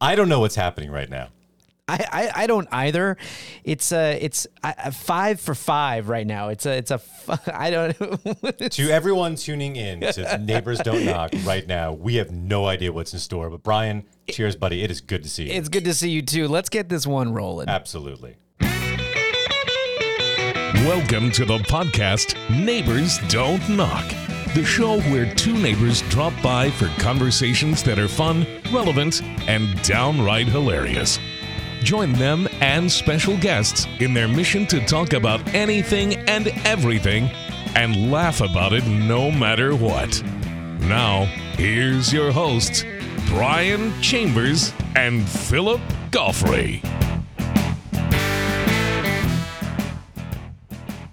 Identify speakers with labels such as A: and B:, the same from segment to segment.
A: I don't know what's happening right now.
B: I, I, I don't either. It's a it's a, a five for five right now. It's a it's a f- I don't.
A: To everyone tuning in to Neighbors Don't Knock right now, we have no idea what's in store. But Brian, cheers, buddy. It is good to see you.
B: it's good to see you too. Let's get this one rolling.
A: Absolutely.
C: Welcome to the podcast Neighbors Don't Knock, the show where two neighbors drop by for conversations that are fun, relevant, and downright hilarious. Join them and special guests in their mission to talk about anything and everything and laugh about it no matter what. Now, here's your hosts, Brian Chambers and Philip Goffrey.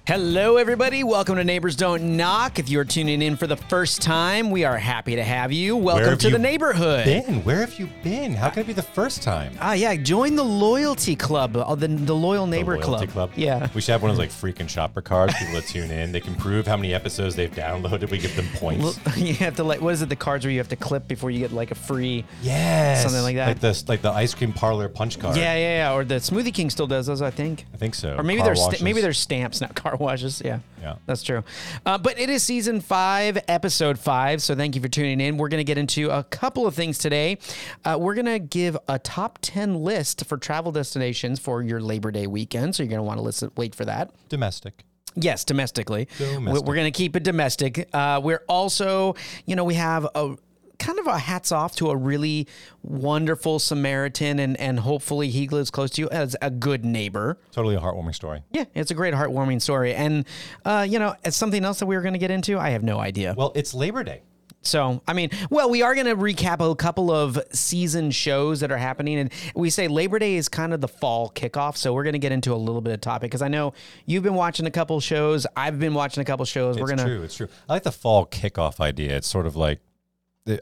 B: Hello, everybody. Welcome to Neighbors Don't Knock. If you're tuning in for the first time, we are happy to have you. Welcome
A: have
B: to
A: you
B: the neighborhood.
A: Ben, where have you been? How can it be the first time?
B: Ah, yeah. Join the loyalty club, uh, the, the loyal neighbor
A: Loyalty
B: Yeah.
A: We should have one of those like freaking shopper cards. People that tune in, they can prove how many episodes they've downloaded. We give them points.
B: Well, you have to like what is it? The cards where you have to clip before you get like a free.
A: yes,
B: Something like that.
A: Like the like the ice cream parlor punch card.
B: Yeah, yeah, yeah. Or the Smoothie King still does those, I think.
A: I think so.
B: Or maybe
A: Car
B: they're sta-
A: washes.
B: maybe they're stamps, not car washes. Yeah,
A: Yeah.
B: that's true. Uh, but it is season five, episode five. So thank you for tuning in. We're gonna get into a couple of things today. Uh, we're gonna give a top ten list for travel destinations for your Labor Day weekend. So you're gonna want to listen. Wait for that.
A: domestic.
B: Yes, domestically. We-
A: Domestic.
B: We're going to keep it domestic. Uh, we're also, you know, we have a kind of a hats off to a really wonderful Samaritan, and and hopefully he lives close to you as a good neighbor.
A: Totally a heartwarming story.
B: Yeah, it's a great heartwarming story, and uh, you know, it's something else that we were going to get into. I have no idea.
A: Well, it's Labor Day.
B: So, I mean, well, we are going to recap a couple of season shows that are happening. And we say Labor Day is kind of the fall kickoff. So, we're going to get into a little bit of topic because I know you've been watching a couple shows. I've been watching a couple shows. we're
A: It's
B: going to.
A: true. It's true. I like the fall kickoff idea. It's sort of like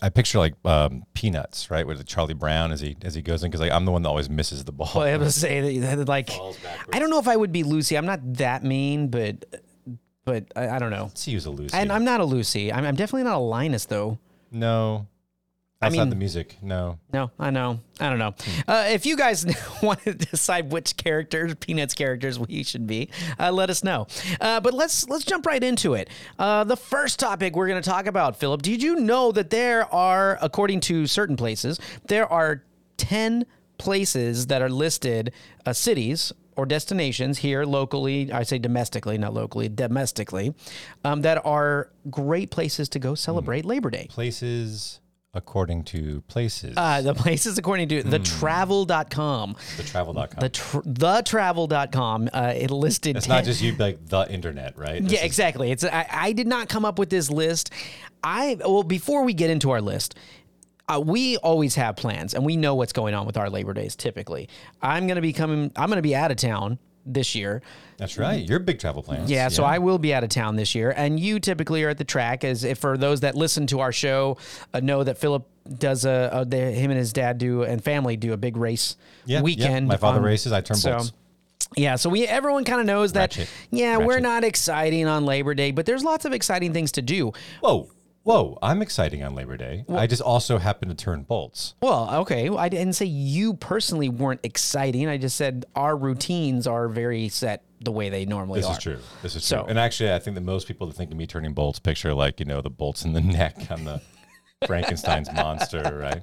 A: I picture like um, peanuts, right? With Charlie Brown as he as he goes in, because like I'm the one that always misses the ball.
B: Well, I was say that, that, like, I don't know if I would be Lucy. I'm not that mean, but, but I, I don't know.
A: Let's use a Lucy.
B: And I'm not a Lucy. I'm, I'm definitely not a Linus, though.
A: no. That's not
B: mean-
A: the music. No.
B: No, I know. I don't know. Uh, if you guys want to decide which characters, Peanuts characters, we should be, uh, let us know. Uh, but let's let's jump right into it. Uh, the first topic we're going to talk about, Philip. Did you know that there are, according to certain places, there are ten places that are listed uh, cities or destinations here locally. I say domestically, not locally, domestically, um, that are great places to go celebrate Labor Day.
A: Places according to places.
B: Uh, the places according to
A: Hmm.
B: the thetravel.com.
A: the travel.com.
B: The tr- thetravel.com. Uh, it listed.
A: it's
B: 10
A: not just you like the internet, right? This
B: yeah,
A: is-
B: exactly. It's I, I did not come up with this list. I well before we get into our list, uh, we always have plans and we know what's going on with our Labor Days. Typically, I'm gonna be coming. I'm gonna be out of town this year.
A: that's right. Your big travel plans.
B: Yeah, so I will be out of town this year, and you typically are at the track. As if for those that listen to our show, uh, know that Philip does a, a they, him and his dad do and family do a big race
A: Yeah, yeah.
B: weekend.
A: My father
B: on-
A: races, I turn bolts.
B: Yeah, so we everyone kind of knows that.
A: Ratchet.
B: Yeah, we're
A: Ratchet.
B: not exciting on Labor Day, but there's lots of exciting things to do.
A: Whoa. Whoa. I'm exciting on Labor Day. I just also happen to turn bolts.
B: Well, okay, well, I didn't say you personally weren't exciting. I just said our routines are very set the way they normally
A: This
B: are.
A: is true. This is
B: So-
A: true. And actually, I think that most people that think of me turning bolts picture like you know the bolts in the neck on the Frankenstein's monster, right?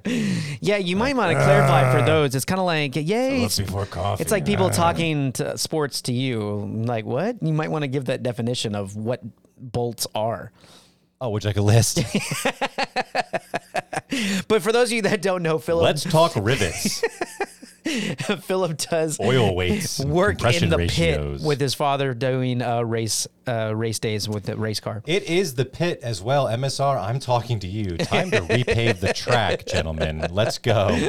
B: Yeah, you might want to clarify
A: Uh,
B: for those. It's kind of like, yay,
A: Look before coffee.
B: It's like people talking to sports to you. Like, what? You might want to give that definition of what bolts are.
A: Oh, would you like a list?
B: But for those of you that don't know, Philip
A: Let's talk rivets,
B: Philip does
A: oil weights, and
B: work in
A: compression
B: the
A: ratios.
B: pit with his father doing uh, race uh, race days with the race car.
A: It is the pit as well, MSR. I'm talking to you. Time to repave the track, gentlemen. Let's go.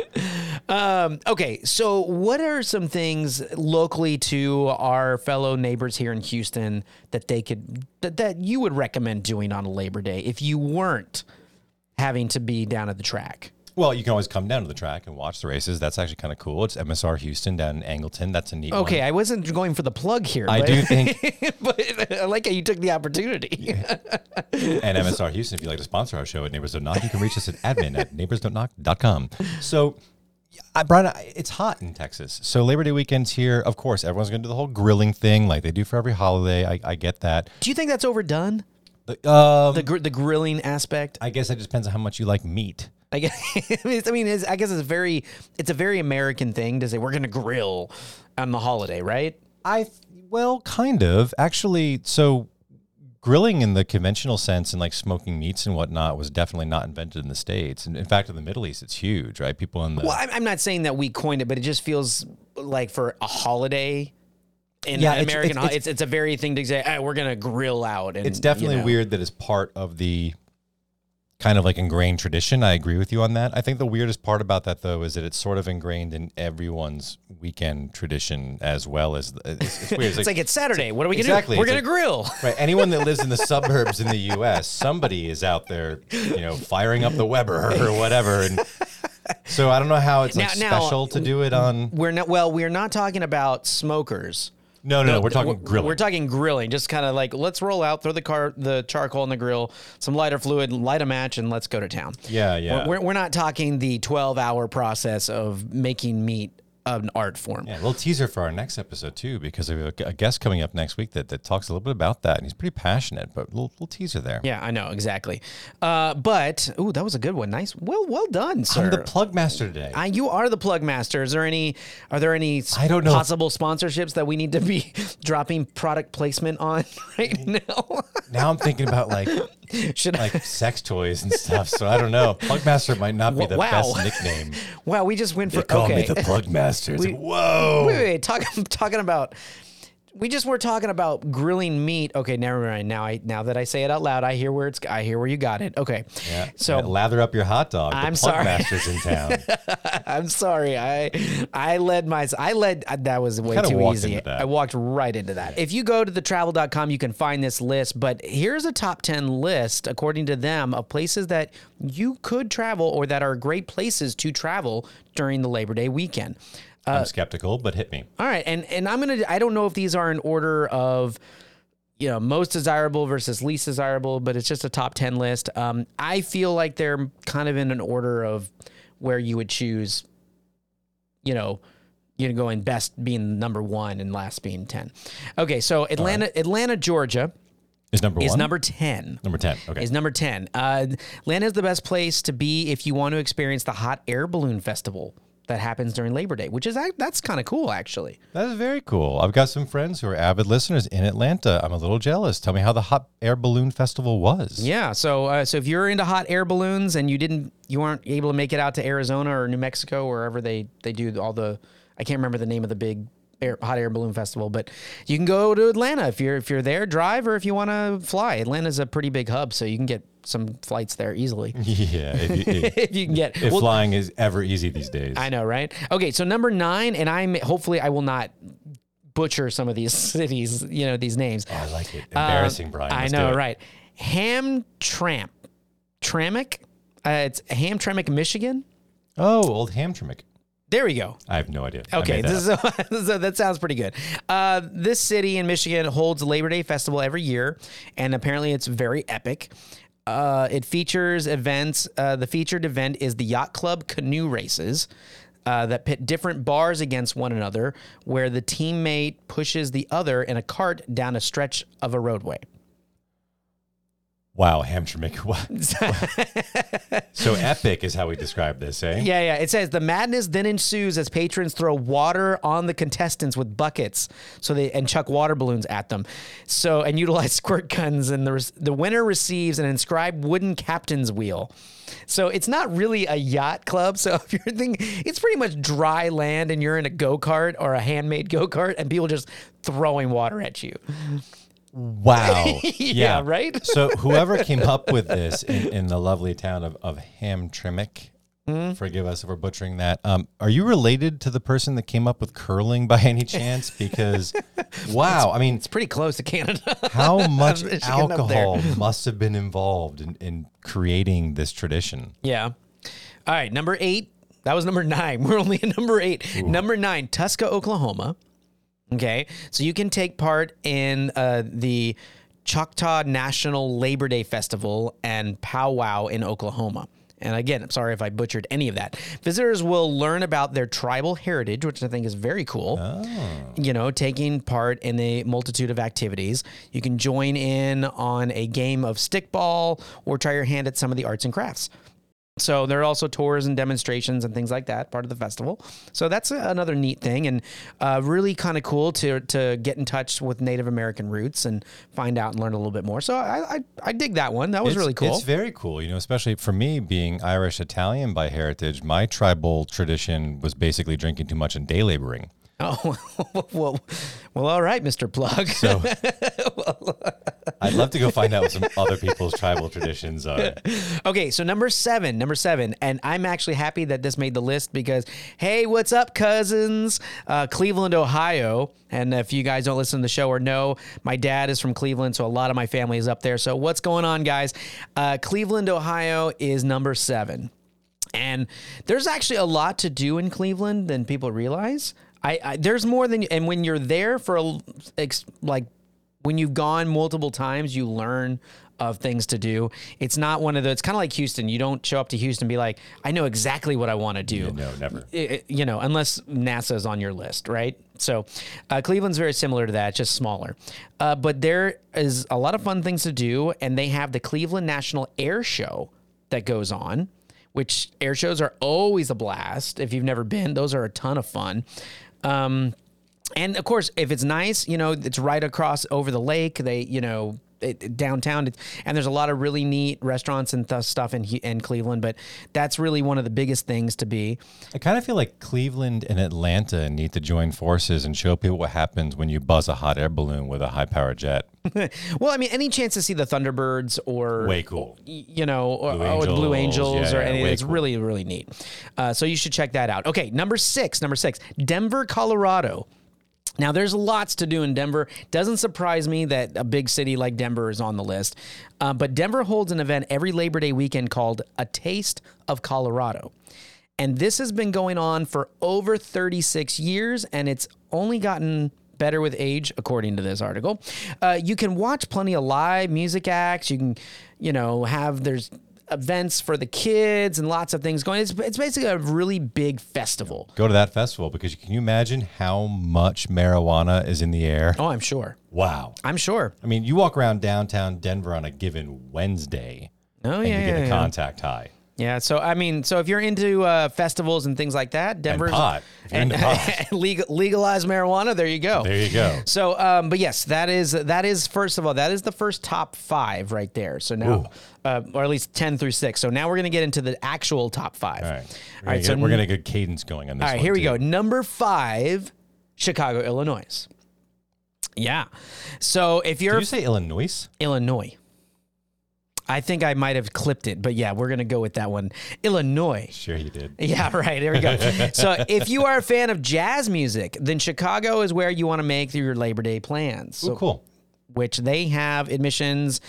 B: Um, okay, so what are some things locally to our fellow neighbors here in Houston that they could that, that you would recommend doing on Labor Day if you weren't having to be down at the track?
A: Well, you can always come down to the track and watch the races. That's actually kind of cool. It's MSR Houston down in Angleton. That's a neat. one.
B: Okay, I wasn't going for the plug here.
A: I
B: but,
A: do think
B: but I like how you took the opportunity.
A: and MSR Houston, if you'd like to sponsor our show at Neighbors Don't Knock, you can reach us at admin at neighborsdon'tknock.com. So I Brian, I- it's hot in Texas. So Labor Day weekends here, of course, everyone's going to do the whole grilling thing like they do for every holiday. I, I get that.
B: Do you think that's overdone?
A: But, um,
B: The gr- the grilling aspect.
A: I guess it just depends on how much you like meat.
B: I guess. I mean, it's, I guess it's very. It's a very American thing to say we're gonna grill on the holiday, right?
A: I th- well, kind of actually. So grilling in the conventional sense and like smoking meats and whatnot was definitely not invented in the states. And in fact, in the Middle East, it's huge, right? People in the
B: Well, I'm, I'm not saying that we coined it, but it just feels like for a holiday. In
A: Yeah,
B: an
A: it's-
B: American,
A: it's-
B: ho- it's, it's, a very thing to say. "Ah, we're gonna grill out. And,
A: it's definitely
B: you know.
A: weird that it's part of the kind of like ingrained tradition. I agree with you on that. I think the weirdest part about that though is that it's sort of ingrained in everyone's weekend tradition as well as the, it's, it's weird.
B: It's like it's Saturday. What are we gonna
A: Exactly.
B: do? We're
A: It's
B: gonna
A: like-
B: grill.
A: Right. Anyone that lives in the suburbs in the U.S., somebody is out there, you know, firing up the Weber or whatever. And so I don't know how it's like
B: Now- now-
A: special to do it on.
B: We're not. Well, we're not talking about smokers.
A: No, no, no. We're talking grilling.
B: We're talking grilling. Just kind of like let's roll out, throw the car, the charcoal in the grill, some lighter fluid, light a match, and let's go to town.
A: Yeah, yeah.
B: We're, we're not talking the twelve-hour process of making meat an art form.
A: yeah, a little teaser for our next episode too, because we have a guest coming up next week that, that talks a little bit about that, and he's pretty passionate. But little, little teaser there.
B: Yeah, I know exactly. Uh, but ooh, that was a good one. Nice. Well, well done, sir.
A: I'm the plug master today.
B: I, you are the plug master. Is there any? Are there any? s-
A: I don't know.
B: possible sponsorships that we need to be dropping product placement on right now.
A: now I'm thinking about like
B: Should I?
A: like sex toys and stuff. So I don't know. Plug master might not be the
B: Wow.
A: best nickname.
B: Wow, we just went for
A: Call
B: okay.
A: me the plug master. It's like, whoa.
B: wait, wait, wait. Talk, talking about. We just were talking about grilling meat. Okay, never mind. Now I now that I say it out loud, I hear where it's. I hear where you got it. Okay.
A: Yeah.
B: So
A: Yeah, lather up your hot dog. The
B: I'm
A: plug
B: sorry. Uh,
A: master's in town.
B: I'm sorry. I I led my I led uh, that was way
A: Kinda
B: too
A: walked
B: easy.
A: into that.
B: I walked right into that. If you go to thetravel.com, you can find this list, but here's a top 10 list according to them of places that you could travel or that are great places to travel during the Labor Day weekend.
A: I'm skeptical, but hit me.
B: All right, and and I'm gonna. I don't know if these are in order of, you know, most desirable versus least desirable, but it's just a top ten list. Um, I feel like they're kind of in an order of where you would choose. You know, you know, going best being number one and last being ten. Okay, so Atlanta, Atlanta, Georgia
A: Is number
B: is
A: one
B: number ten.
A: number ten. Okay.
B: Is number 10. Uh, Atlanta is the best place to be if you want to experience the hot air balloon festival that happens during Labor Day, which is ac- that's kind of cool, actually.
A: that is very cool. I've got some friends who are avid listeners in Atlanta. I'm a little jealous. Tell me how the hot air balloon festival was.
B: Yeah. So uh, so if you're into hot air balloons and you didn't you aren't able to make it out to Arizona or New Mexico or wherever they they do all the I can't remember the name of the big air, hot air balloon festival, but you can go to Atlanta if you're if you're there, drive or if you want to fly. Atlanta's a pretty big hub, so you can get some flights there easily
A: Yeah. If, you, if,
B: if you can get.
A: Mm-hmm. if
B: well,
A: flying is ever easy these days.
B: I know, right? Okay, so number nine, and I'm hopefully I will not butcher some of these cities, you know, these names.
A: I like it. Embarrassing,
B: Um,
A: Brian.
B: I
A: Let's
B: know,
A: do it.
B: right? Hamtramck, Tramick. Uh, it's Hamtramck, Michigan.
A: Oh, old Hamtramck.
B: There we go.
A: I have no idea. I
B: Okay,
A: made that
B: this is, so that sounds pretty good. Uh, this city in Michigan holds Labor Day Festival every year, and apparently it's very epic. Uh, it features events. Uh, the featured event is the yacht club canoe races uh, that pit different bars against one another, where the teammate pushes the other in a cart down a stretch of a roadway.
A: Wow, Hamtramck. Wow. so epic is how we describe this, eh?
B: Yeah, yeah. It says the madness then ensues as patrons throw water on the contestants with buckets, so they and chuck water balloons at them, so and utilize squirt guns. And the re- the winner receives an inscribed wooden captain's wheel. So it's not really a yacht club. So if you're thinking, it's pretty much dry land, and you're in a go kart or a handmade go kart, and people just throwing water at you.
A: Wow. yeah,
B: right?
A: so whoever came up with this in, in the lovely town of, of Hamtramck,
B: Mm-hmm.
A: forgive us if we're butchering that. Um, are you related to the person that came up with curling by any chance? Because wow, I mean,
B: It's pretty close to Canada.
A: how much
B: Michigan up there.
A: alcohol must have been involved in, in creating this tradition?
B: Yeah. All right. Number eight. That was number nine. We're only at number eight. Number nine, Tuska, Oklahoma. Okay. So you can take part in uh, the Choctaw National Labor Day Festival and powwow in Oklahoma. And again, I'm sorry if I butchered any of that. Visitors will learn about their tribal heritage, which I think is very cool. You know, taking part in a multitude of activities. You can join in on a game of stickball or try your hand at some of the arts and crafts. So there are also tours and demonstrations and things like that, part of the festival. So that's a- another neat thing, and uh, really kind of cool to to get in touch with Native American roots and find out and learn a little bit more. So I I, I dig that one. That was really cool.
A: It's very cool, you know, especially for me being Irish Italian by heritage. My tribal tradition was basically drinking too much and day laboring.
B: oh well, well, all right, Mister Plug.
A: So
B: uh,
A: I'd love to go find out what some other people's tribal traditions are.
B: Okay, so number seven, number seven, and I'm actually happy that this made the list because, hey, what's up, cousins? Uh, Cleveland, Ohio. And if you guys don't listen to the show or know, my dad is from Cleveland, so a lot of my family is up there. So what's going on, guys? Uh, Cleveland, Ohio is number seven. And there's actually a lot to do in Cleveland than people realize. I, I there's more than and when you're there for a l- ex, like when you've gone multiple times, you learn of things to do. It's not one of the. It's kind of like Houston. You don't show up to Houston and be like, I know exactly what I want to do
A: No, never.
B: it- it- you know, unless NASA's on your list, right? So uh, Cleveland's very similar to that, just smaller. Uh, but there is a lot of fun things to do, and they have the Cleveland National Air Show that goes on, which air shows are always a blast. If you've never been, those are a ton of fun. Um, and of course, if it's nice, you know, it's right across over the lake. They, you know, it, it- downtown, it's, and there's a lot of really neat restaurants and th- stuff in Hu- in Cleveland. But that's really one of the biggest things to be.
A: I kind of feel like Cleveland and Atlanta need to join forces and show people what happens when you buzz a hot air balloon with a high power jet.
B: Well, I mean, any chance to see the Thunderbirds or
A: Way cool.
B: y- you know, or Blue Angels,
A: Angels,
B: Blue Angels
A: yeah,
B: or
A: yeah,
B: any.
A: way
B: It's
A: cool.
B: really really neat. Uh, so you should check that out. Okay, number six, number six, Denver, Colorado. Now, there's lots to do in Denver. Doesn't surprise me that a big city like Denver is on the list. Uh, but Denver holds an event every Labor Day weekend called A Taste of Colorado. And this has been going on for over 36 years, and it's only gotten better with age, according to this article. Uh, you can watch plenty of live music acts. You can, you know, have there's events for the kids and lots of things going. It's, it's basically a really big festival.
A: Go to that festival because can you imagine how much marijuana is in the air?
B: Oh, I'm sure.
A: Wow.
B: I'm sure.
A: I mean, you walk around downtown Denver on a given Wednesday
B: Oh,
A: and
B: yeah.
A: you get
B: yeah,
A: a
B: yeah.
A: contact high.
B: Yeah, so I mean, so if you're into uh, festivals and things like that, Denver's
A: pot. If you're into pot.
B: legal, legalized marijuana. There you go.
A: There you go.
B: So, um, but yes, that is that is first of all that is the first top five right there. So now, uh, or at least ten through six. So now we're gonna get into the actual top five.
A: All right. We're
B: All
A: gonna
B: right. So
A: get- we're going to get cadence going on this
B: all right,
A: one,
B: here we
A: too.
B: go. Number five, Chicago, Illinois. Yeah. So if you're
A: Did you say Illinois?
B: Illinois. I think I might have clipped it, but yeah, we're gonna go with that one. Illinois.
A: Sure, you did.
B: Yeah, right. There we go. so, if you are a fan of jazz music, then Chicago is where you want to make your Labor Day plans.
A: Oh,
B: So,
A: cool.
B: which they have admissions.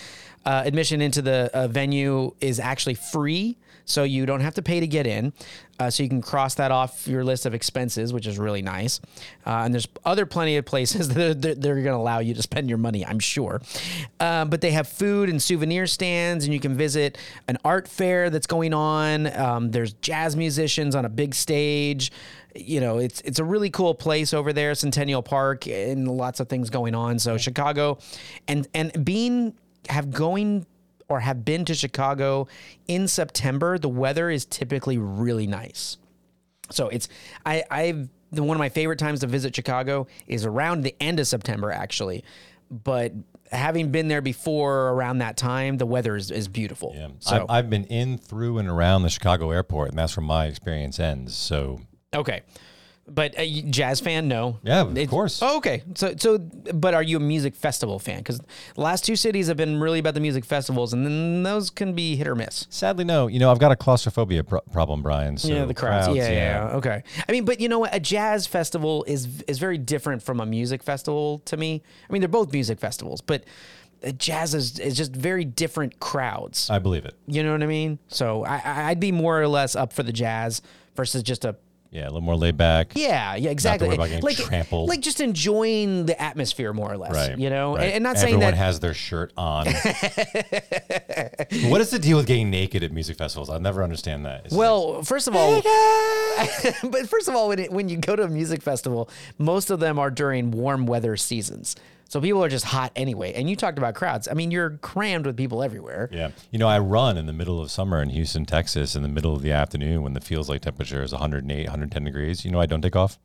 B: Uh, admission into the uh, venue is actually free, so you don't have to pay to get in. Uh, so you can cross that off your list of expenses, which is really nice. Uh, and there's other plenty of places that are, that they're going to allow you to spend your money, I'm sure. Uh, but they have food and souvenir stands, and you can visit an art fair that's going on. Um, there's jazz musicians on a big stage you know, it's it's a really cool place over there, Centennial Park, and lots of things going on. So Chicago, and and being have going or have been to Chicago in September, the weather is typically really nice. So it's I I've the- one of my favorite times to visit Chicago is around the end of September actually, but having been there before around that time, the weather is, is beautiful.
A: Yeah.
B: So
A: I've, I've been in, through, and around the Chicago airport, and that's where my experience ends. So,
B: okay. But a jazz fan, no.
A: yeah, of
B: It's-
A: course.
B: Oh, okay. So, so, but are you a music festival fan? Because the last two cities have been really about the music festivals, and then those can be hit or miss.
A: Sadly, no. You know, I've got a claustrophobia pro- problem, Brian. So
B: Yeah, yeah, yeah. Okay. I mean, but you know what? A jazz festival is is very different from a music festival to me. I mean, they're both music festivals, but uh, jazz is, is just very different crowds.
A: I believe it.
B: You know what I mean? So I, I- I'd be more or less up for the jazz versus just a
A: Yeah, a little more laid back.
B: Yeah, yeah, exactly.
A: worry about getting
B: like,
A: trampled.
B: like just enjoying the atmosphere more or less.
A: Right.
B: You know,
A: right.
B: and, and not saying
A: everyone
B: that.
A: has their shirt on. what is the deal with getting naked at music festivals? I'll never understand that. It's
B: well, first of all, but first of all, when it, when you go to a music festival, most of them are during warm weather seasons, so people are just hot anyway. And you talked about crowds. I mean, you're crammed with people everywhere.
A: Yeah. You know, I run in the middle of summer in Houston, Texas, in the middle of the afternoon when the feels like temperature is 108, 110 degrees. You know, I don't take off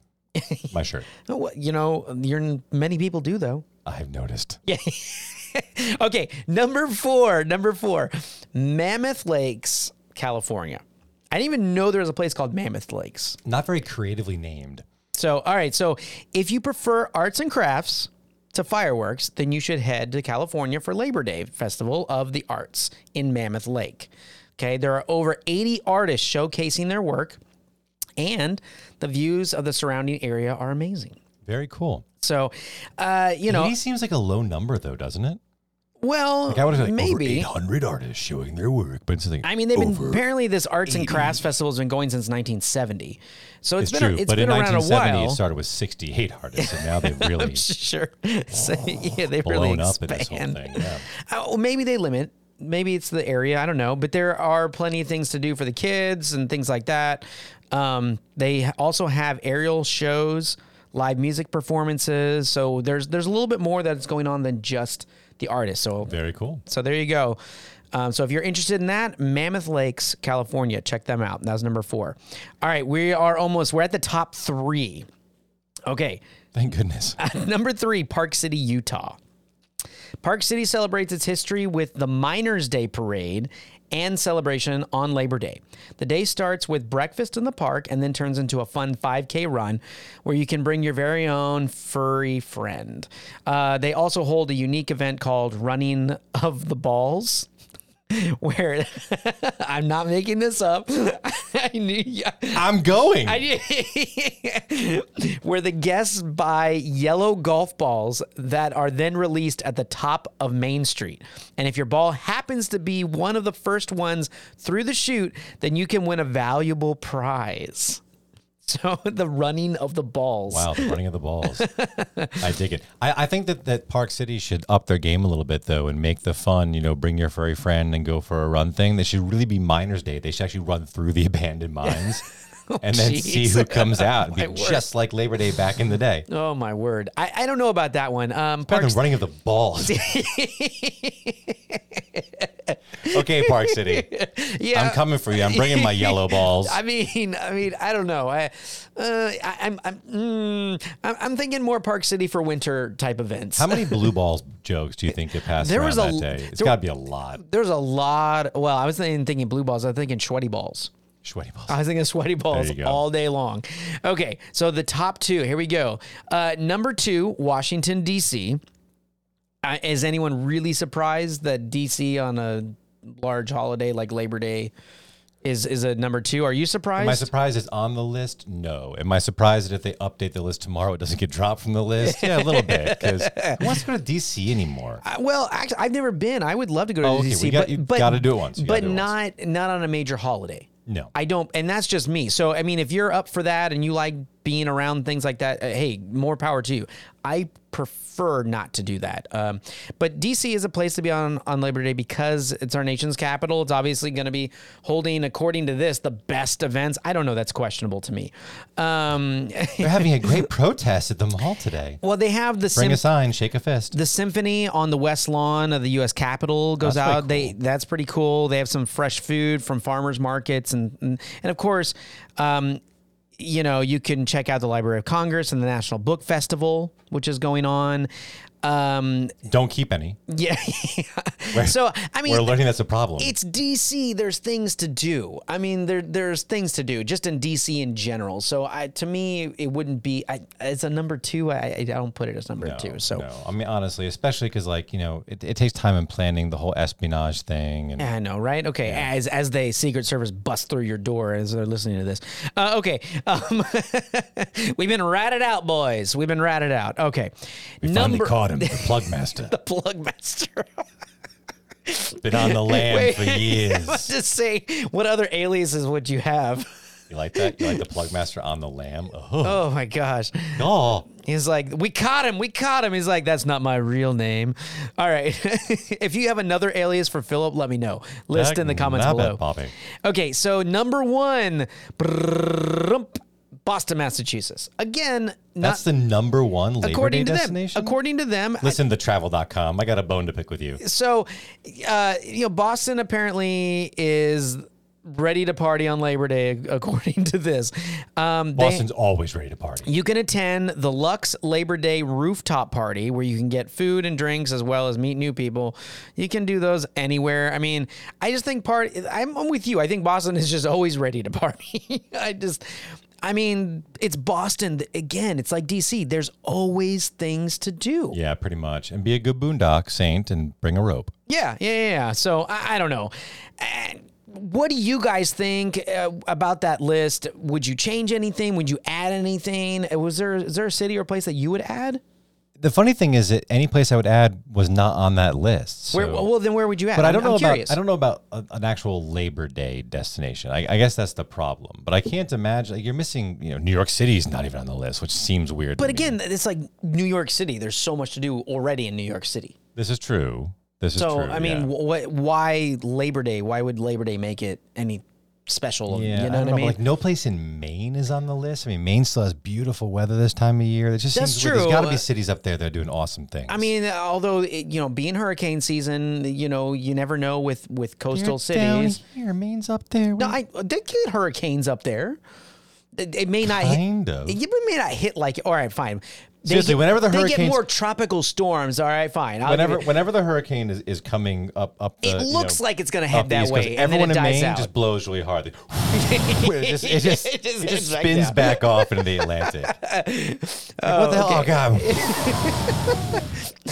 A: my shirt.
B: Oh, well, You know, you're many people do though.
A: I've noticed.
B: Okay, number four, number four, Mammoth Lakes, California. I didn't even know there was a place called Mammoth Lakes.
A: Not very creatively named.
B: So, all right. So, if you prefer arts and crafts to fireworks, then you should head to California for Labor Day Festival of the Arts in Mammoth Lake. Okay. There are over 80 artists showcasing their work, and the views of the surrounding area are amazing.
A: Very cool.
B: So, uh, you know,
A: 80 seems like a low number, though, doesn't it?
B: well,
A: Like, I would have like over
B: maybe.
A: 800 artists showing their work, but it's like,
B: I mean, they've been
A: over.
B: apparently this arts and crafts festival has been going since 1970, so
A: It's
B: been
A: true,
B: a, it's
A: but
B: been
A: in
B: around a
A: 1970 it
B: while.
A: started with 68 artists, and now they've really
B: Sure, So, yeah, they really
A: blown
B: expand.
A: up at this whole thing. Yeah.
B: Uh, well, maybe they limit. Maybe it's the area. I don't know. But there are plenty of things to do for the kids and things like that. Um, they also have aerial shows, live music performances. So there's there's a little bit more that's going on than just the artist. So
A: Very cool.
B: so there you go. Um, so if you're interested in that, Mammoth Lakes, California, check them out. That was number four. All right, we are almost. We're at the top three. Okay,
A: Thank goodness.
B: Number three, Park City, Utah. Park City celebrates its history with the Miners' Day Parade and celebration on Labor Day. The day starts with breakfast in the park and then turns into a fun 5K run where you can bring your very own furry friend. Uh, they also hold a unique event called Running of the Balls where I'm not making this up. I knew
A: I'm going.
B: where the guests buy yellow golf balls that are then released at the top of Main Street. And if your ball happens to be one of the first ones through the chute, then you can win a valuable prize. So the running of the balls.
A: Wow, the running of the balls. I dig it. I, I think that, that Park City should up their game a little bit, though, and make the fun, you know, bring your furry friend and go for a run thing. They should really be Miner's Day. They should actually run through the abandoned mines and then see
B: Oh, jeez.
A: who comes out. It'd
B: My
A: Be
B: word.
A: just like Labor Day back in the day.
B: Oh my word! I, I don't know about that one. Um, Park
A: The running of the balls. okay, Park City.
B: yeah,
A: I'm coming for you. I'm bringing my yellow balls.
B: I mean, I mean, I don't know. I, uh, I I'm, I'm, mm, I'm, I'm thinking more Park City for winter type events.
A: How many blue balls jokes do you think get passed
B: There
A: around
B: was a-
A: that day? It's
B: there-
A: got to be a lot.
B: There's a lot. Well, I was thinking, thinking blue balls. I was thinking sweaty balls.
A: Sweaty balls.
B: I was thinking sweaty balls
A: you go.
B: all day long. Okay, so the top two. Here we go. Uh, number two, Washington D.C. Uh, is anyone really surprised that D.C. on a large holiday like Labor Day is is a number two? Are you surprised?
A: Am I surprised it's on the list? No. Am I surprised that if they update the list tomorrow, it doesn't get dropped from the list? Yeah, a little bit. Because who wants to go to DC anymore?
B: Uh, well, actually, I've never been. I would love to go to
A: Oh, okay,
B: DC,
A: we got-
B: but,
A: you
B: but
A: gotta do it once. You gotta
B: But
A: do it
B: not
A: once.
B: not on a major holiday.
A: No.
B: I don't, and that's just me. So I mean, if you're up for that and you like being around things like that, uh, hey, more power to you. I prefer not to do that. Um, but DC is a place to be on on Labor Day because it's our nation's capital. It's obviously going to be holding, according to this, the best events. I don't know. That's questionable to me. Um,
A: They're having a great protest at the mall today.
B: well, they have the
A: Bring
B: Sym-
A: a sign, shake a fist.
B: the symphony on the west lawn of the U.S. Capitol goes
A: That's
B: out.
A: pretty
B: They that's pretty cool. They have some fresh food from farmers markets, and and, and of course, um, you know you can check out the Library of Congress and the National Book Festival, which is going on. Um,
A: Don't keep any.
B: yeah. so I mean,
A: We're learning that's a problem.
B: it's DC. There's things to do. I mean, there there's things to do just in DC in general. So I, to me, it wouldn't be. I, it's a number two. I, I don't put it as number two. So.
A: No, I mean, honestly, especially because, like, you know, it, it takes time and planning the whole espionage thing. And
B: Yeah, I know, right? Okay, as as they Secret Service bust through your door as they're listening to this. Uh, okay, um, we've been ratted out, boys. We've been ratted out. Okay,
A: finally caught him, the plug master.
B: the plug master.
A: Been on the land
B: Wait.
A: for years.
B: Just say what other aliases would you have?
A: You like that? You like the plug master on the lamb? Oh,
B: Oh my gosh.
A: y'all.
B: He's like, we caught him. We caught him. He's like, that's not my real name. All right. if you have another alias for Philip, let me know. List in the comments
A: Nabbit
B: below.
A: Popping.
B: Okay, so number one, brrrrump, Boston, Massachusetts. Again,
A: That's
B: not
A: the number one Labor
B: according
A: Day
B: to them.
A: destination.
B: According to them,
A: Listen to travel.com. I got a bone to pick with you.
B: so uh, you know boston apparently is ready to party on labor day ac- according to this um, they-
A: Boston's always ready to party.
B: you can attend the Lux Labor Day rooftop party where you can get food and drinks as well as meet new people. You can do those anywhere. I mean, I just think part I'm, I'm with you. I think Boston is just always ready to party. I just I mean, it's Boston again. It's like DC. There's always things to do.
A: Yeah, pretty much. And be a good boondock saint and bring a rope.
B: Yeah, yeah, yeah. yeah. So I, I don't know. Uh, What do you guys think uh, about that list? Would you change anything? Would you add anything? Uh, Was there is there a city or place that you would add?
A: The funny thing is that any place I would add was not on that list.
B: Where,
A: so-
B: well, then where would you add?
A: but I don't
B: I'm,
A: know
B: I'm
A: about
B: curious.
A: I don't know about a, an actual Labor Day destination. I, I guess that's the problem. But I can't imagine like you're missing. You know, New York City's not even on the list, which seems weird.
B: But
A: to me.
B: again, it's like New York City. There's so much to do already in New York City.
A: this is true. This is
B: So
A: true.
B: I mean,
A: yeah.
B: wh- what? Why Labor Day? Why would Labor Day make it any special?
A: Yeah,
B: you
A: I
B: know
A: don't
B: what I
A: but,
B: mean?
A: Like no place in Maine is on the list. I mean, Maine still has beautiful weather this time of year. It just
B: That's
A: seems weird. There's
B: true.
A: got to be cities up there that are doing awesome things.
B: I mean, although it, you know, being hurricane season, you know, you never know with with coastal cities.
A: here. Maine's up there.
B: No, I they get hurricanes up there. It, it may not
A: Kind
B: hit.
A: of.
B: It may not hit like. All right, fine. They
A: Seriously,
B: get-
A: whenever the
B: they get
A: hurricanes-
B: more tropical storms. All right, fine. I'll give
A: whenever
B: it,
A: whenever the hurricane is, is coming up up the,
B: It
A: you
B: looks
A: know,
B: like it's gonna
A: up
B: head
A: the
B: that
A: East Coast,
B: way, and then it
A: everyone
B: dies
A: in Maine
B: out.
A: just blows really hard. it just it just,
B: It
A: it
B: just
A: just,
B: heads back
A: spins
B: down.
A: back off into the Atlantic. Like, what the hell? Oh god!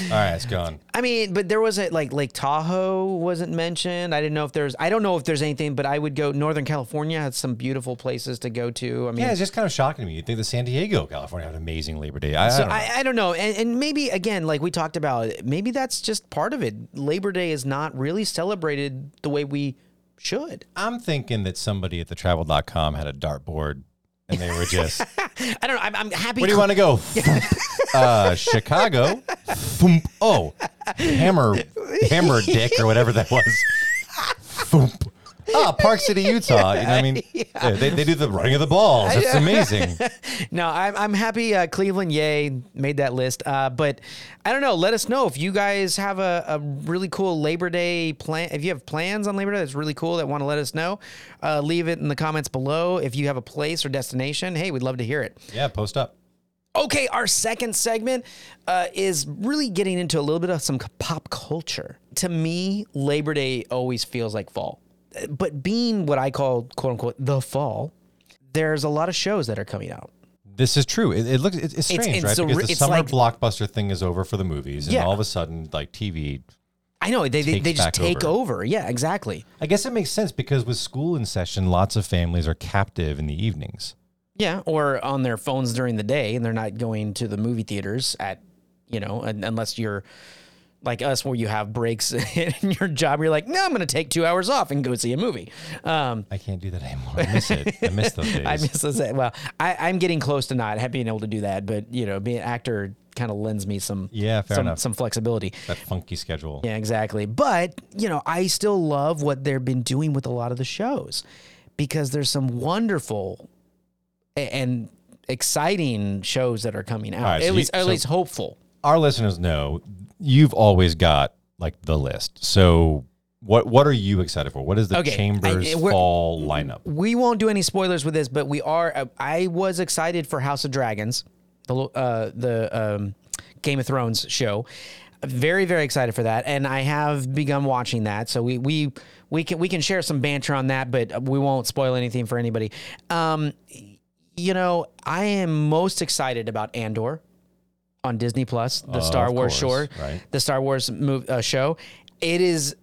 A: All right, it's gone.
B: I mean, but there was a like Lake Tahoe wasn't mentioned. I didn't know if there's. I don't know if there's anything, but I would go. Northern California had some beautiful places to go to. I mean,
A: Yeah, it's just kind of shocking to me. You think that San Diego, California, had an amazing Labor Day? I, I
B: So
A: don't know.
B: I, I don't know. And, and maybe, again, like we talked about, maybe that's just part of it. Labor Day is not really celebrated the way we should.
A: I'm thinking that somebody at the travel.com had a dartboard and they were just, where
B: I don't know. I'm, I'm happy.
A: do you want to go? uh, Chicago. Thump. Oh, hammer, hammer dick or whatever that was. Thump. Ah, Park City, Utah. You know what I mean? They, they do the running of the balls. It's amazing.
B: No, I'm, I'm happy uh, Cleveland, yay, made that list. Uh, but I don't know. Let us know if you guys have a, a really cool Labor Day plan. If you have plans on Labor Day that's really cool that want to let us know, uh, leave it in the comments below. If you have a place or destination, hey, we'd love to hear it.
A: Yeah, post up.
B: Okay, our second segment uh, is really getting into a little bit of some c- pop culture. To me, Labor Day always feels like fall. Uh, But being what I call quote unquote the fall, there's a lot of shows that are coming out.
A: This is true. It, it looks it's, it's strange,
B: it's
A: right?
B: a
A: Because
B: re-
A: the
B: it's
A: summer
B: like-
A: blockbuster thing is over for the movies, and
B: Yeah.
A: all of a sudden, like TV
B: I know they, they,
A: Takes
B: they just
A: back
B: take over. Yeah, exactly.
A: I guess it makes sense because with school in session, lots of families are captive in the evenings.
B: Yeah, or on their phones during the day, and they're not going to the movie theaters at, you know, un unless you're like us where you have breaks in your job. You're like, no, I'm going to take two hours off and go see a movie. Um,
A: I can't do that anymore. I miss it. I miss those days.
B: I miss those. Well, I, I'm getting close to not ha- being able to do that, but you know, being an actor kind of lends me some
A: Yeah, fair
B: some,
A: enough.
B: some flexibility.
A: that funky schedule.
B: Yeah, exactly. But you know, I still love what they've been doing with a lot of the shows because there's some wonderful a- and exciting shows that are coming out.
A: right,
B: at
A: so you-
B: least, at
A: so-
B: least hopeful.
A: Our listeners know you've always got like the list. So what what are you excited for? What is the
B: Okay, I-
A: Chambers
B: we're-
A: fall lineup?
B: we won't do any spoilers with this, but we are. uh, I was excited for House of Dragons, the uh, the um, Game of Thrones show. Very very excited for that, and I have begun watching that. So we we we can we can share some banter on that, but we won't spoil anything for anybody. Um, you know, I am most excited about Andor on Disney Plus, the Star
A: Oh, of
B: Wars
A: course,
B: shore,
A: right.
B: the Star Wars move, uh, show. It is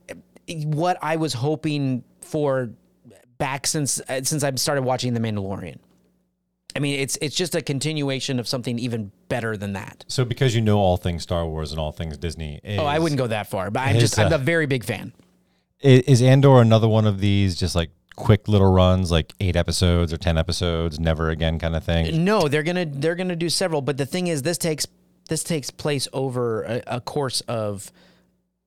B: what I was hoping for back since uh, since I started watching The Mandalorian. I mean, it's it's just a continuation of something even better than that.
A: So because you know all things Star Wars and all things Disney, is,
B: Oh, I wouldn't go that far, but I'm
A: It
B: just
A: is,
B: I'm
A: uh,
B: a very big fan.
A: i- is Andor another one of these just like quick little runs, like eight episodes or ten episodes, never again kind of thing.
B: No, they're gonna they're gonna do several. But the thing is, this takes this takes place over a, a course of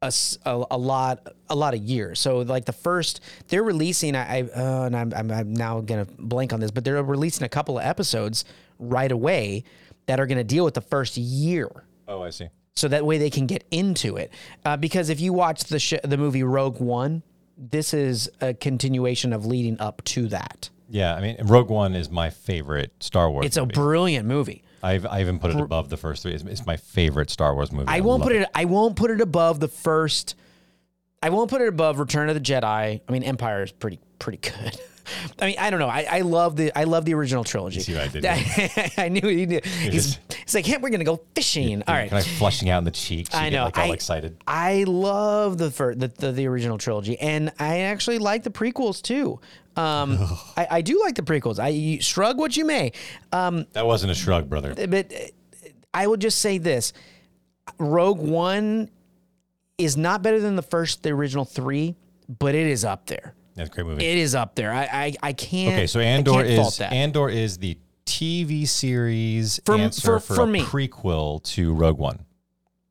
B: a, s- a- a lot a lot of years. So like the first they're releasing, I, I uh, and I'm, I'm I'm now gonna blank on this, but they're releasing a couple of episodes right away that are gonna deal with the first year
A: Oh, I see.
B: so that way they can get into it. Uh, because if you watch the sh- the movie Rogue One, this is a continuation of leading up to that.
A: Yeah, I mean, Rogue One is my favorite Star Wars.
B: It's a
A: movie.
B: brilliant movie.
A: I've I even put it above the first three. It's, it's my favorite Star Wars movie.
B: I won't
A: love
B: put it. I won't put it above the first. I won't put it above Return of the Jedi. I mean, Empire is pretty pretty good. I mean, I don't know. I, I love the I love the original trilogy.
A: see what I did
B: I, knew he knew. He's,
A: just-
B: he's like, hey, we're gonna go fishing. All right.
A: kind of flushing out in the cheeks. You
B: I
A: get
B: know.
A: like all
B: I-
A: excited.
B: I love the, fir- the the the original trilogy, and I actually like the prequels too. Um, I, I do like the prequels. I you shrug what you may, um,
A: That wasn't a shrug, brother.
B: but uh, I will just say this: Rogue One is not better than the first, the original three, but it is up there.
A: That's a great movie.
B: It is up there. I I, I can't.
A: Okay, so
B: I
A: Andor
B: can't fault
A: is
B: that.
A: Andor is the TV series
B: For-
A: answer
B: for-
A: for,
B: for
A: a
B: me.
A: prequel to Rogue One.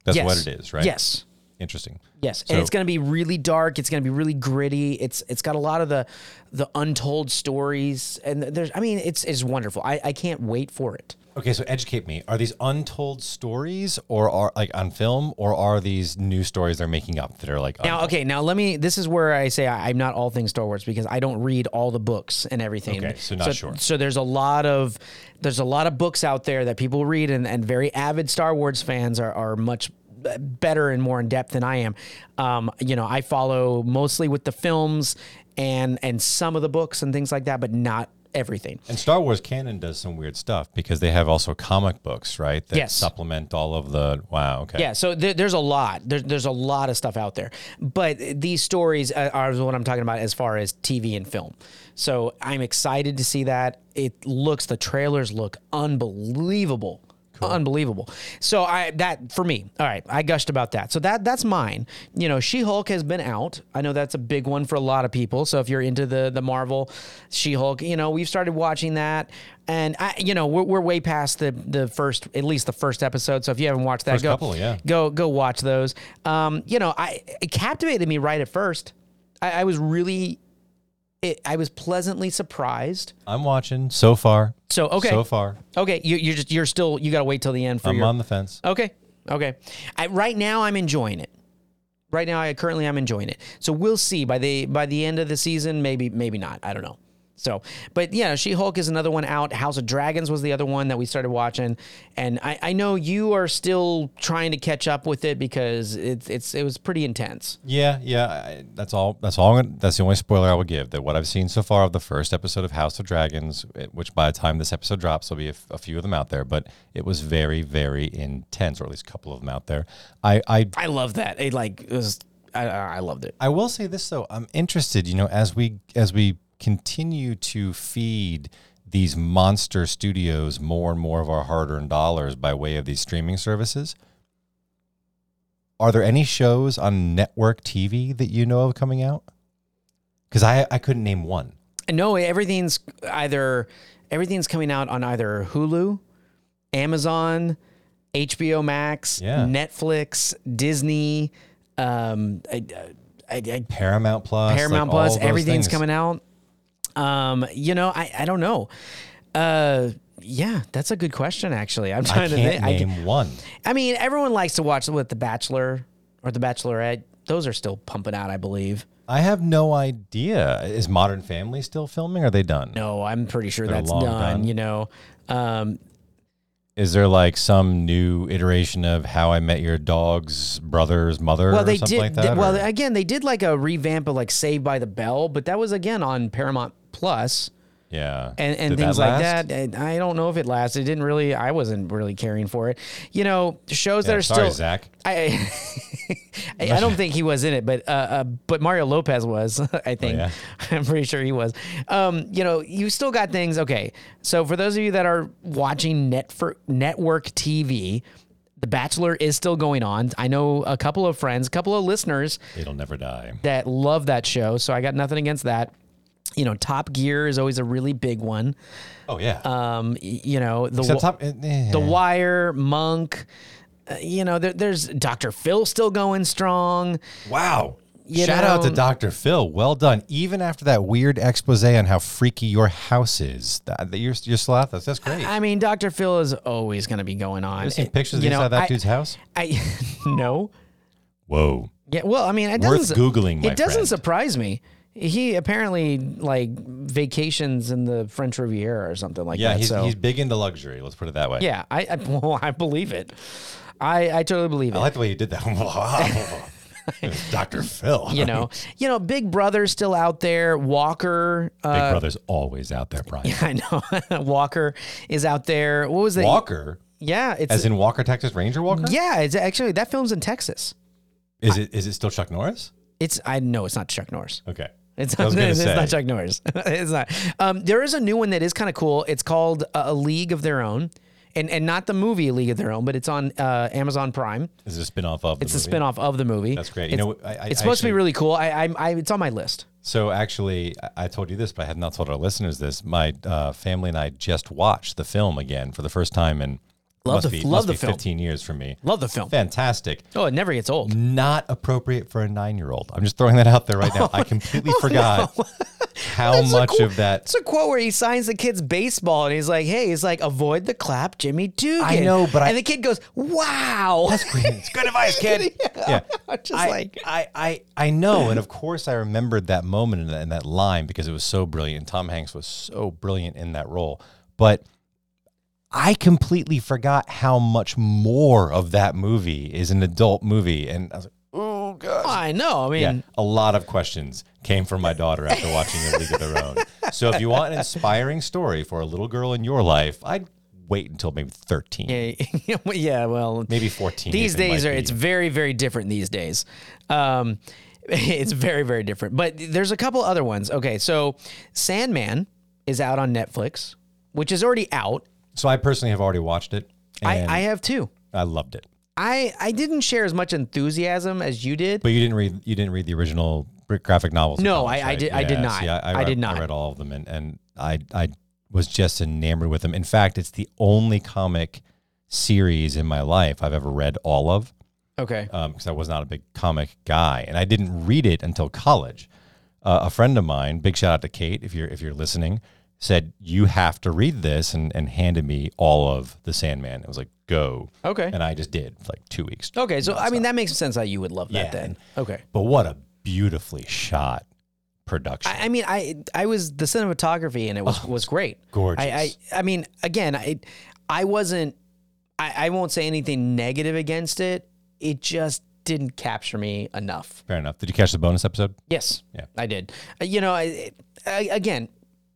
A: That's
B: Yes.
A: what it is, right?
B: Yes.
A: Interesting.
B: Yes, and
A: So-
B: it's going to be really dark. It's going to be really gritty. It's it's got a lot of the the untold stories, and there's I mean it's it's wonderful. I, I can't wait for it.
A: Okay, so educate me. Are these untold stories, or are like on film, or are these new stories they're making up that are like?
B: Now, okay, now let me. This is where I say I, I'm not all things Star Wars because I don't read all the books and everything.
A: Okay, so not sure.
B: So there's a lot of there's a lot of books out there that people read, and, and very avid Star Wars fans are are much b- better and more in depth than I am. Um, you know, I follow mostly with the films and and some of the books and things like that, but not everything.
A: And Star Wars canon does some weird stuff because they have also comic books, right? That
B: Yes.
A: supplement all of the. Wow. Okay.
B: Yeah, so there, there's a lot. There, there's a lot of stuff out there, but these stories uh, are what I'm talking about as far as TV and film. So I'm excited to see that. It looks the trailers look unbelievable, unbelievable. So I that for me. All right, I gushed about that. So that that's mine. You know, She Hulk has been out. I know that's a big one for a lot of people. So if you're into the the Marvel She Hulk, you know we've started watching that. And I, you know, we're, we're way past the the first, at least the first episode. So if you haven't watched that,
A: First
B: go
A: couple, yeah.
B: go go watch those. Um, you know, I it captivated me right at first. I, I was really, it, I was pleasantly surprised.
A: I'm watching so far.
B: So okay,
A: So far,
B: okay, you, you're just you're still you got to wait till the end for
A: I'm
B: your
A: on the fence.
B: okay okay. I, right now I'm enjoying it. Right now I currently I'm enjoying it. So we'll see by the by the end of the season maybe maybe not I don't know. So, but yeah, She Hulk is another one out. House of Dragons was the other one that we started watching, and I, I know you are still trying to catch up with it because it's it's it was pretty intense.
A: Yeah, yeah. I, that's all. That's all. I'm gonna- That's the only spoiler I will give. That what I've seen so far of the first episode of House of Dragons, it- which by the time this episode drops, there'll be a, f- a few of them out there. But it was very, very intense, or at least a couple of them out there. I, I,
B: I love that. It like it was I, I I loved it.
A: I will say this though. I'm interested. You know, as we as we continue to feed these monster studios more and more of our hard-earned dollars by way of these streaming services. Are there any shows on network TV that you know of coming out? Because I, I couldn't name one.
B: No, everything's either everything's coming out on either Hulu, Amazon, HBO Max,
A: Yeah.
B: Netflix, Disney, um, I, I, I,
A: Paramount Plus.
B: Paramount Plus. Everything's coming out. Um, you know, I, I don't know. Uh, yeah, that's a good question. Actually, I'm
A: I
B: trying
A: can't
B: to think. I,
A: name
B: can-
A: one.
B: I mean, everyone likes to watch what The Bachelor or The Bachelorette. Those are still pumping out, I believe.
A: I have no idea. Is Modern Family still filming? Are they done?
B: No, I'm pretty sure that's
A: long
B: done,
A: done.
B: You know, um,
A: Is there like some new iteration of How I Met Your Dog's Brother's Mother
B: well
A: or
B: they
A: something
B: did.
A: like
B: they-
A: that?
B: well,
A: or-
B: again, they did like a revamp of like Saved by the Bell, but that was again on Paramount Plus
A: yeah.
B: and, and
A: Did that
B: things like
A: last?
B: that. And I don't know if it lasted. It didn't really. I wasn't really caring for it. You know, shows that
A: Yeah,
B: are
A: sorry,
B: still.
A: Zach.
B: I, I I don't think he was in it, but uh, uh, but Mario Lopez was. I think
A: Oh, yeah.
B: I'm pretty sure he was. Um, you know, you still got things. Okay, so for those of you that are watching net for network TV, The Bachelor is still going on. I know a couple of friends, a couple of listeners
A: It'll never die.
B: that love that show, so I got nothing against that. you know, Top Gear is always a really big one.
A: Oh yeah.
B: Um, y- you know, the
A: Except
B: wa-
A: top- eh,
B: The Wire, Monk. uh, You know, there, there's Dr. Phil still going strong.
A: wow.
B: you
A: Shout out to
B: know-
A: Dr. Phil. Well done. Even after that weird expose on how freaky your house is, that, that you're, you're still out there. That's great.
B: I mean, Dr. Phil is always going to be going on.
A: I've seen
B: It-
A: pictures of
B: you
A: inside
B: know,
A: that
B: I-
A: dude's house.
B: I no.
A: Whoa.
B: Yeah, well, I mean, it
A: Worth
B: doesn't
A: Googling, my
B: it doesn't
A: friend.
B: surprise me. He apparently like vacations in the French Riviera or something like
A: Yeah,
B: that.
A: he's,
B: so
A: he's big into luxury. Let's put it that way.
B: yeah, I I, well, I believe it. I I totally believe
A: I
B: it.
A: like the way you did that. It was Dr. Phil.
B: you know, you know, Big Brother's still out there. Walker,
A: Big
B: uh,
A: Brother's always out there, Brian.
B: I know, Walker is out there. What was it?
A: Walker,
B: yeah, it's
A: as in Walker, Texas Ranger Walker.
B: yeah, it's actually that film's in Texas.
A: Is it is it still Chuck Norris?
B: It's I know it's not Chuck Norris.
A: Okay.
B: It's
A: I
B: not,
A: was gonna
B: it's
A: say.
B: not Chuck Norris. it's not. Um, there is a new one that is kind of cool. It's called uh, A League of Their Own, and and not the movie A League of Their Own, but it's on uh, Amazon Prime.
A: Is it a spinoff of?
B: It's a spinoff of the movie.
A: That's great. You
B: It's,
A: know, I- I
B: it's supposed to be
A: actually-
B: really cool. I, I, I it's on my list.
A: So actually, I- I told you this, but I had not told our listeners this. My uh, family and I just watched the film again for the first time in
B: Love
A: must
B: the-
A: be,
B: love
A: must
B: the
A: be
B: film.
A: 15 years for me.
B: Love the film.
A: Fantastic.
B: Oh, it never gets old.
A: Not appropriate for a nine-year-old. I'm just throwing that out there right now. I completely forgot how
B: Oh, That's a
A: much
B: cool-
A: of that
B: It's a quote where he signs the kid's baseball, and he's like, "Hey, he's like, avoid the clap, Jimmy Dugan."
A: I know, but I-
B: and the kid goes, "Wow."
A: That's great. It's good advice, kid. Yeah.
B: Just
A: I,
B: like-
A: I, I, I know. And of course, I remembered that moment and that, and that line because it was so brilliant. Tom Hanks was so brilliant in that role. But I completely forgot how much more of that movie is an adult movie. And I was like, oh, God.
B: I know. I mean,
A: Yeah, a lot of questions came from my daughter after watching A League of Their Own. So if you want an inspiring story for a little girl in your life, I'd wait until maybe 13,
B: yeah, yeah. Well,
A: maybe 14.
B: these
A: even
B: days
A: might
B: are
A: be.
B: it's very very different these days um it's very very different but there's a couple other ones okay so sandman is out on netflix which is already out
A: So I personally have already watched it.
B: I,
A: and
B: I have two
A: I loved it,
B: i i didn't share as much enthusiasm as you did
A: but you didn't read you didn't read the original gr- graphic novels. and
B: No,
A: comics,
B: I- I
A: right?
B: did- I did not.
A: see,
B: I
A: read-
B: did not.
A: I read all of them, and, and I I was just enamored with them. In fact, it's the only comic series in my life I've ever read all of
B: okay
A: because I was not a big comic guy, and I didn't read it until college. Uh, a friend of mine, big shout out to Kate, if you're if you're listening, said you have to read this, and and handed me all of the Sandman. It was like go,
B: okay
A: and I just did for like two weeks.
B: okay so i mean that makes sense how you would love that
A: Yeah.
B: then okay
A: But what a beautifully shot production.
B: I, I mean, I I was the cinematography and it was was great.
A: Oh, gorgeous.
B: I, I I mean, again, I I wasn't. I, I won't say anything negative against it. It just didn't capture me enough.
A: Fair enough. Did you catch the bonus episode?
B: Yes,
A: Yeah.
B: I did. Uh, You know, I, it- I again,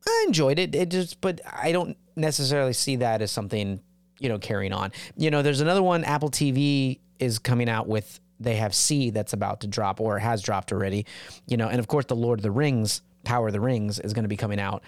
B: I enjoyed it. It just, but I don't necessarily see that as something you know carrying on. You know, there's another one. Apple TV is coming out with. They have C that's about to drop or has dropped already. You know, and of course, the Lord of the Rings, Power of the Rings, is going to be coming out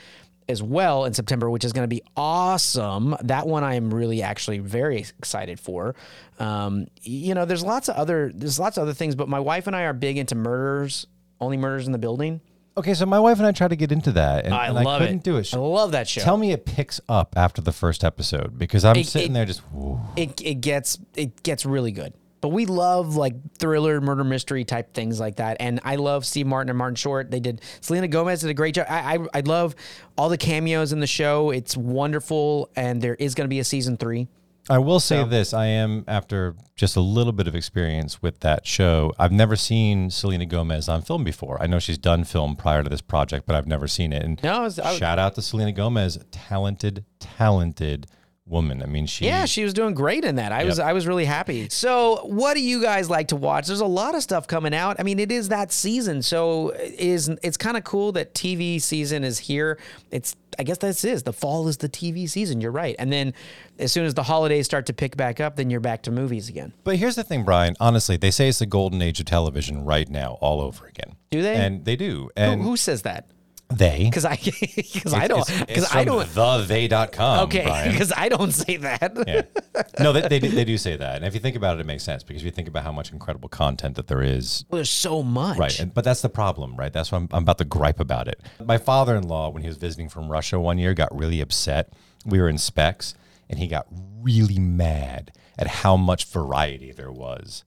B: as well in September, which is going to be awesome. That one I am really actually very excited for. Um, you know, there's lots of other there's lots of other things, but my wife and I are big into murders, only murders in the building.
A: Okay, so my wife and I tried to get into that, and and
B: I
A: I,
B: love
A: couldn't
B: it.
A: do it. She-
B: I love that show.
A: Tell me it picks up after the first episode because I'm sitting
B: it-
A: there just. "Ooh."
B: it it gets it gets really good. But we love like thriller, murder mystery type things like that. And I love Steve Martin and Martin Short. They did Selena Gomez did a great job. I I, I love all the cameos in the show. It's wonderful, and there is going to be a season three.
A: I will say this: I am after just a little bit of experience with that show. I've never seen Selena Gomez on film before. I know she's done film prior to this project, but I've never seen it. And
B: No, I was- I was-
A: shout out to Selena Gomez, talented, talented woman. I mean, she
B: Yeah, she was doing great in that. I was I was really happy. So, what do you guys like to watch? There's a lot of stuff coming out. I mean, it is that season, so it is it's kind of cool that TV season is here. It's I guess this is the fall is the TV season. You're right. And then as soon as the holidays start to pick back up, then you're back to movies again.
A: But here's the thing, Brian. Honestly, they say it's the golden age of television right now, all over again.
B: Do they?
A: And they do.
B: Oh, Who,
A: And
B: who says that?
A: They.
B: because I because I don't
A: It's- it's
B: because I
A: from
B: don't
A: Thethey.com.
B: okay
A: Brian.
B: because I don't say that.
A: Yeah. No, they, they, do, they do say that. And if you think about it, it makes sense because if you think about how much incredible content that there is
B: There's so much.
A: Right. And, but that's the problem, right? That's what I'm, I'm about to gripe about it. My father in law, when he was visiting from Russia one year, got really upset. We were in specs and he got really mad at how much variety there was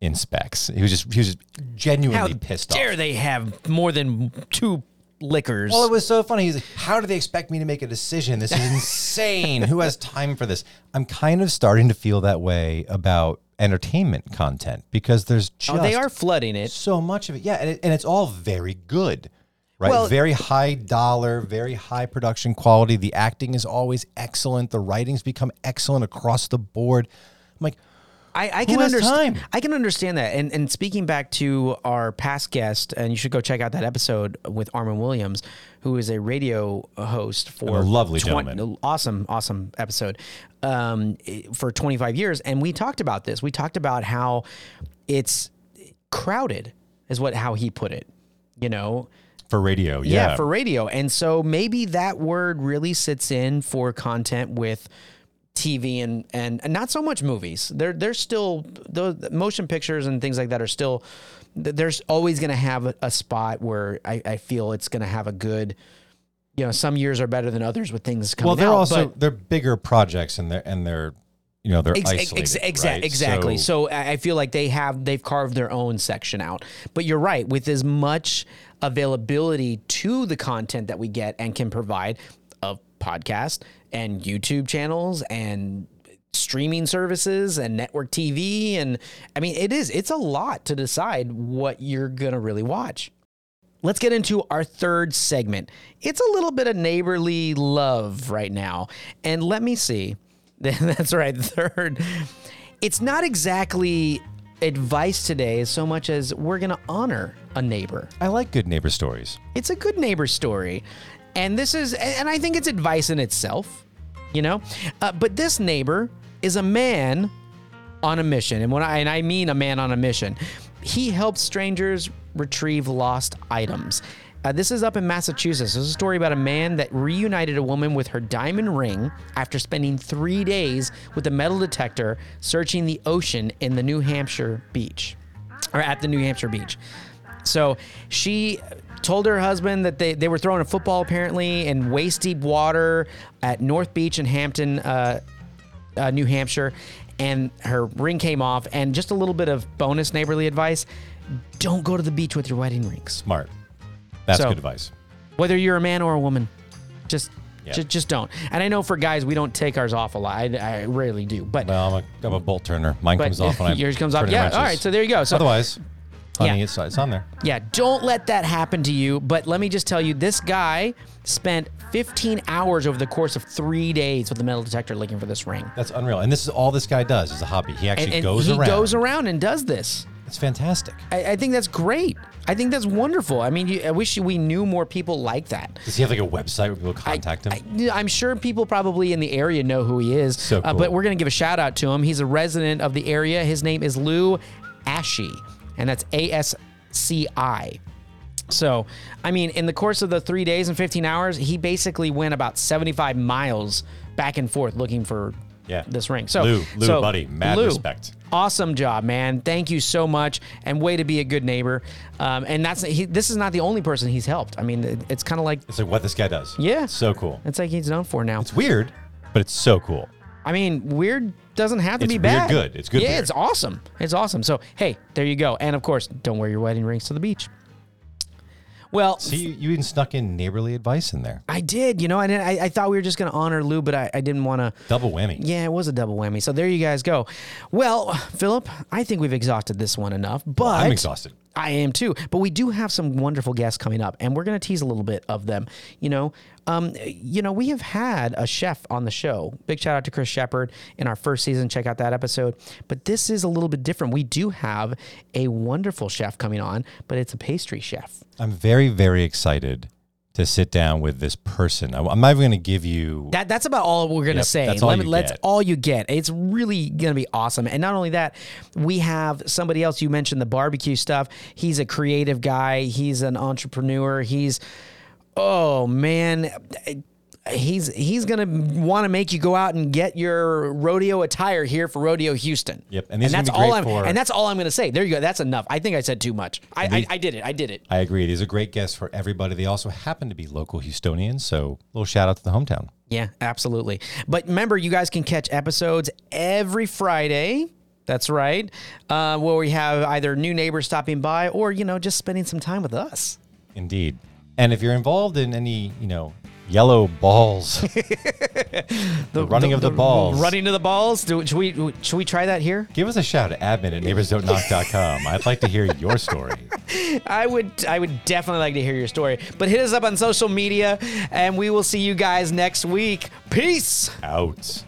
A: in specs. He was just, he was just
B: How
A: genuinely pissed
B: dare
A: off.
B: they have more than two liquors?
A: Well, it was so funny. He's like, How do they expect me to make a decision? This is insane. Who has time for this? I'm kind of starting to feel that way about entertainment content because there's just
B: Oh, they are flooding it.
A: so much of it. Yeah, and, it, and it's all very good, right?
B: Well-
A: very high dollar, very high production quality. The acting is always excellent. The writings become excellent across the board. I'm like,
B: I, I can
A: has
B: understand.
A: time?
B: I can understand that. And and speaking back to our past guest, and you should go check out that episode with Armin Williams, who is a radio host for
A: a lovely
B: twen-
A: gentleman.
B: Awesome, awesome episode um, i- for 25 years, and we talked about this. We talked about how it's crowded, is what how he put it. You know,
A: for radio,
B: yeah.
A: yeah.
B: for radio. And so maybe that word really sits in for content with TV and and, and not so much movies. There there's still the motion pictures and things like that are still th- there's always going to have a, a spot where I, I feel it's going to have a good you know some years are better than others with things coming
A: well, they're
B: out,
A: also
B: but-
A: they're bigger projects, and they're and they're you know they're
B: Ex- ex-
A: isolated,
B: ex- exa-
A: right?
B: Exactly. So, I I feel like they have they've carved their own section out. But you're right. With as much availability to the content that we get and can provide of podcast and YouTube channels and streaming services and network TV and I mean it is it's a lot to decide what you're gonna really watch. Let's get into our third segment. It's a little bit of neighborly love right now. And let me see. That's right, third. It's not exactly advice today as so much as we're going to honor a neighbor.
A: I like good neighbor stories.
B: It's a good neighbor story. And this is, and I think it's advice in itself, you know? Uh, but this neighbor is a man on a mission. And when I, and I mean a man on a mission, he helps strangers retrieve lost items. Uh, this is up in Massachusetts. This is a story about a man that reunited a woman with her diamond ring after spending three days with a metal detector searching the ocean in the New Hampshire beach, or at the New Hampshire beach. So she told her husband that they, they were throwing a football apparently in waist deep water at North Beach in Hampton, uh, uh, New Hampshire, and her ring came off. And just a little bit of bonus neighborly advice don't go to the beach with your wedding rings,
A: Smart. That's
B: So-
A: good advice.
B: whether you're a man or a woman. Just.
A: Yeah.
B: Just, just don't. And I know for guys, we don't take ours off a lot. I, I rarely do. But,
A: Well, I'm a, I'm a bolt turner. Mine
B: but
A: comes off when I
B: yours comes off.
A: turn the
B: Yeah.
A: wrenches.
B: All right. So there you go. So
A: Otherwise, honey,
B: Yeah.
A: it's it's on there.
B: Yeah, don't let that happen to you. But let me just tell you, this guy spent 15 hours over the course of three days with the metal detector looking for this ring.
A: That's unreal. And this is all this guy does is a hobby. He actually
B: And, and
A: goes
B: he
A: around.
B: goes around and does this.
A: It's fantastic.
B: I, I think that's great. I think that's wonderful. I mean, you, I wish we knew more people like that.
A: Does he have like a website where people contact him?
B: I, am sure people probably in the area know who he is.
A: So
B: uh,
A: cool.
B: but we're going to give a shout out to him. He's a resident of the area. His name is Lou Ashy, and that's A S C I. So, I mean, in the course of the three days and 15 hours, he basically went about 75 miles back and forth looking for
A: Yeah.
B: this ring. So,
A: Lou- Lou,
B: so,
A: buddy, mad respect.
B: Awesome job, man. Thank you so much, and way to be a good neighbor. Um, and that's he, this is not the only person he's helped. I mean, it- it's kind of like
A: it's like what this guy does.
B: Yeah.
A: So cool.
B: that's like he's known for now.
A: It's weird, but it's so cool.
B: I mean, weird doesn't have to
A: It's
B: be
A: weird
B: bad.
A: good. It's good
B: Yeah,
A: weird.
B: it's awesome. It's awesome. So hey, there you go. And of course, don't wear your wedding rings to the beach. Well,
A: See, you, you even snuck in neighborly advice in there.
B: I did. You know, I didn't, I, I thought we were just going to honor Lou, but I, I didn't want to.
A: Double whammy.
B: Yeah, it was a double whammy. So there you guys go. Well, Philip, I think we've exhausted this one enough, but
A: I'm exhausted.
B: I am too. But we do have some wonderful guests coming up, and we're going to tease a little bit of them. You know, um, you know, we have had a chef on the show. Big shout out to Chris Shepard in our first season. Check out that episode. But this is a little bit different. We do have a wonderful chef coming on, but it's a pastry chef.
A: I'm very, very excited to sit down with this person. I, am not even going to give you.
B: That that's about all we're gonna
A: Yep,
B: say.
A: that's all
B: Let me-
A: you
B: let's
A: get.
B: all you get. It's really gonna be awesome. And not only that, we have somebody else. You mentioned the barbecue stuff. He's a creative guy. He's an entrepreneur. He's oh man he's he's gonna want to make you go out and get your rodeo attire here for rodeo houston
A: Yep, and these are
B: that's
A: gonna be
B: all
A: great
B: i'm
A: for-
B: and that's all i'm gonna say there you go that's enough i think i said too much i i, I did it i did it
A: I agree. These are great guests for everybody. They also happen to be local Houstonians, so little shout out to the hometown.
B: yeah absolutely but remember you guys can catch episodes every friday that's right uh, where we have either new neighbors stopping by or you know just spending some time with us
A: Indeed. And if you're involved in any, you know, yellow balls, the, running of the, balls,
B: running to the balls do should we should we try that here
A: give us a shout at admin at neighborsdonknock.com. I'd like to hear your story.
B: I would I would definitely like to hear your story. But hit us up on social media and we will see you guys next week. Peace.
A: Out.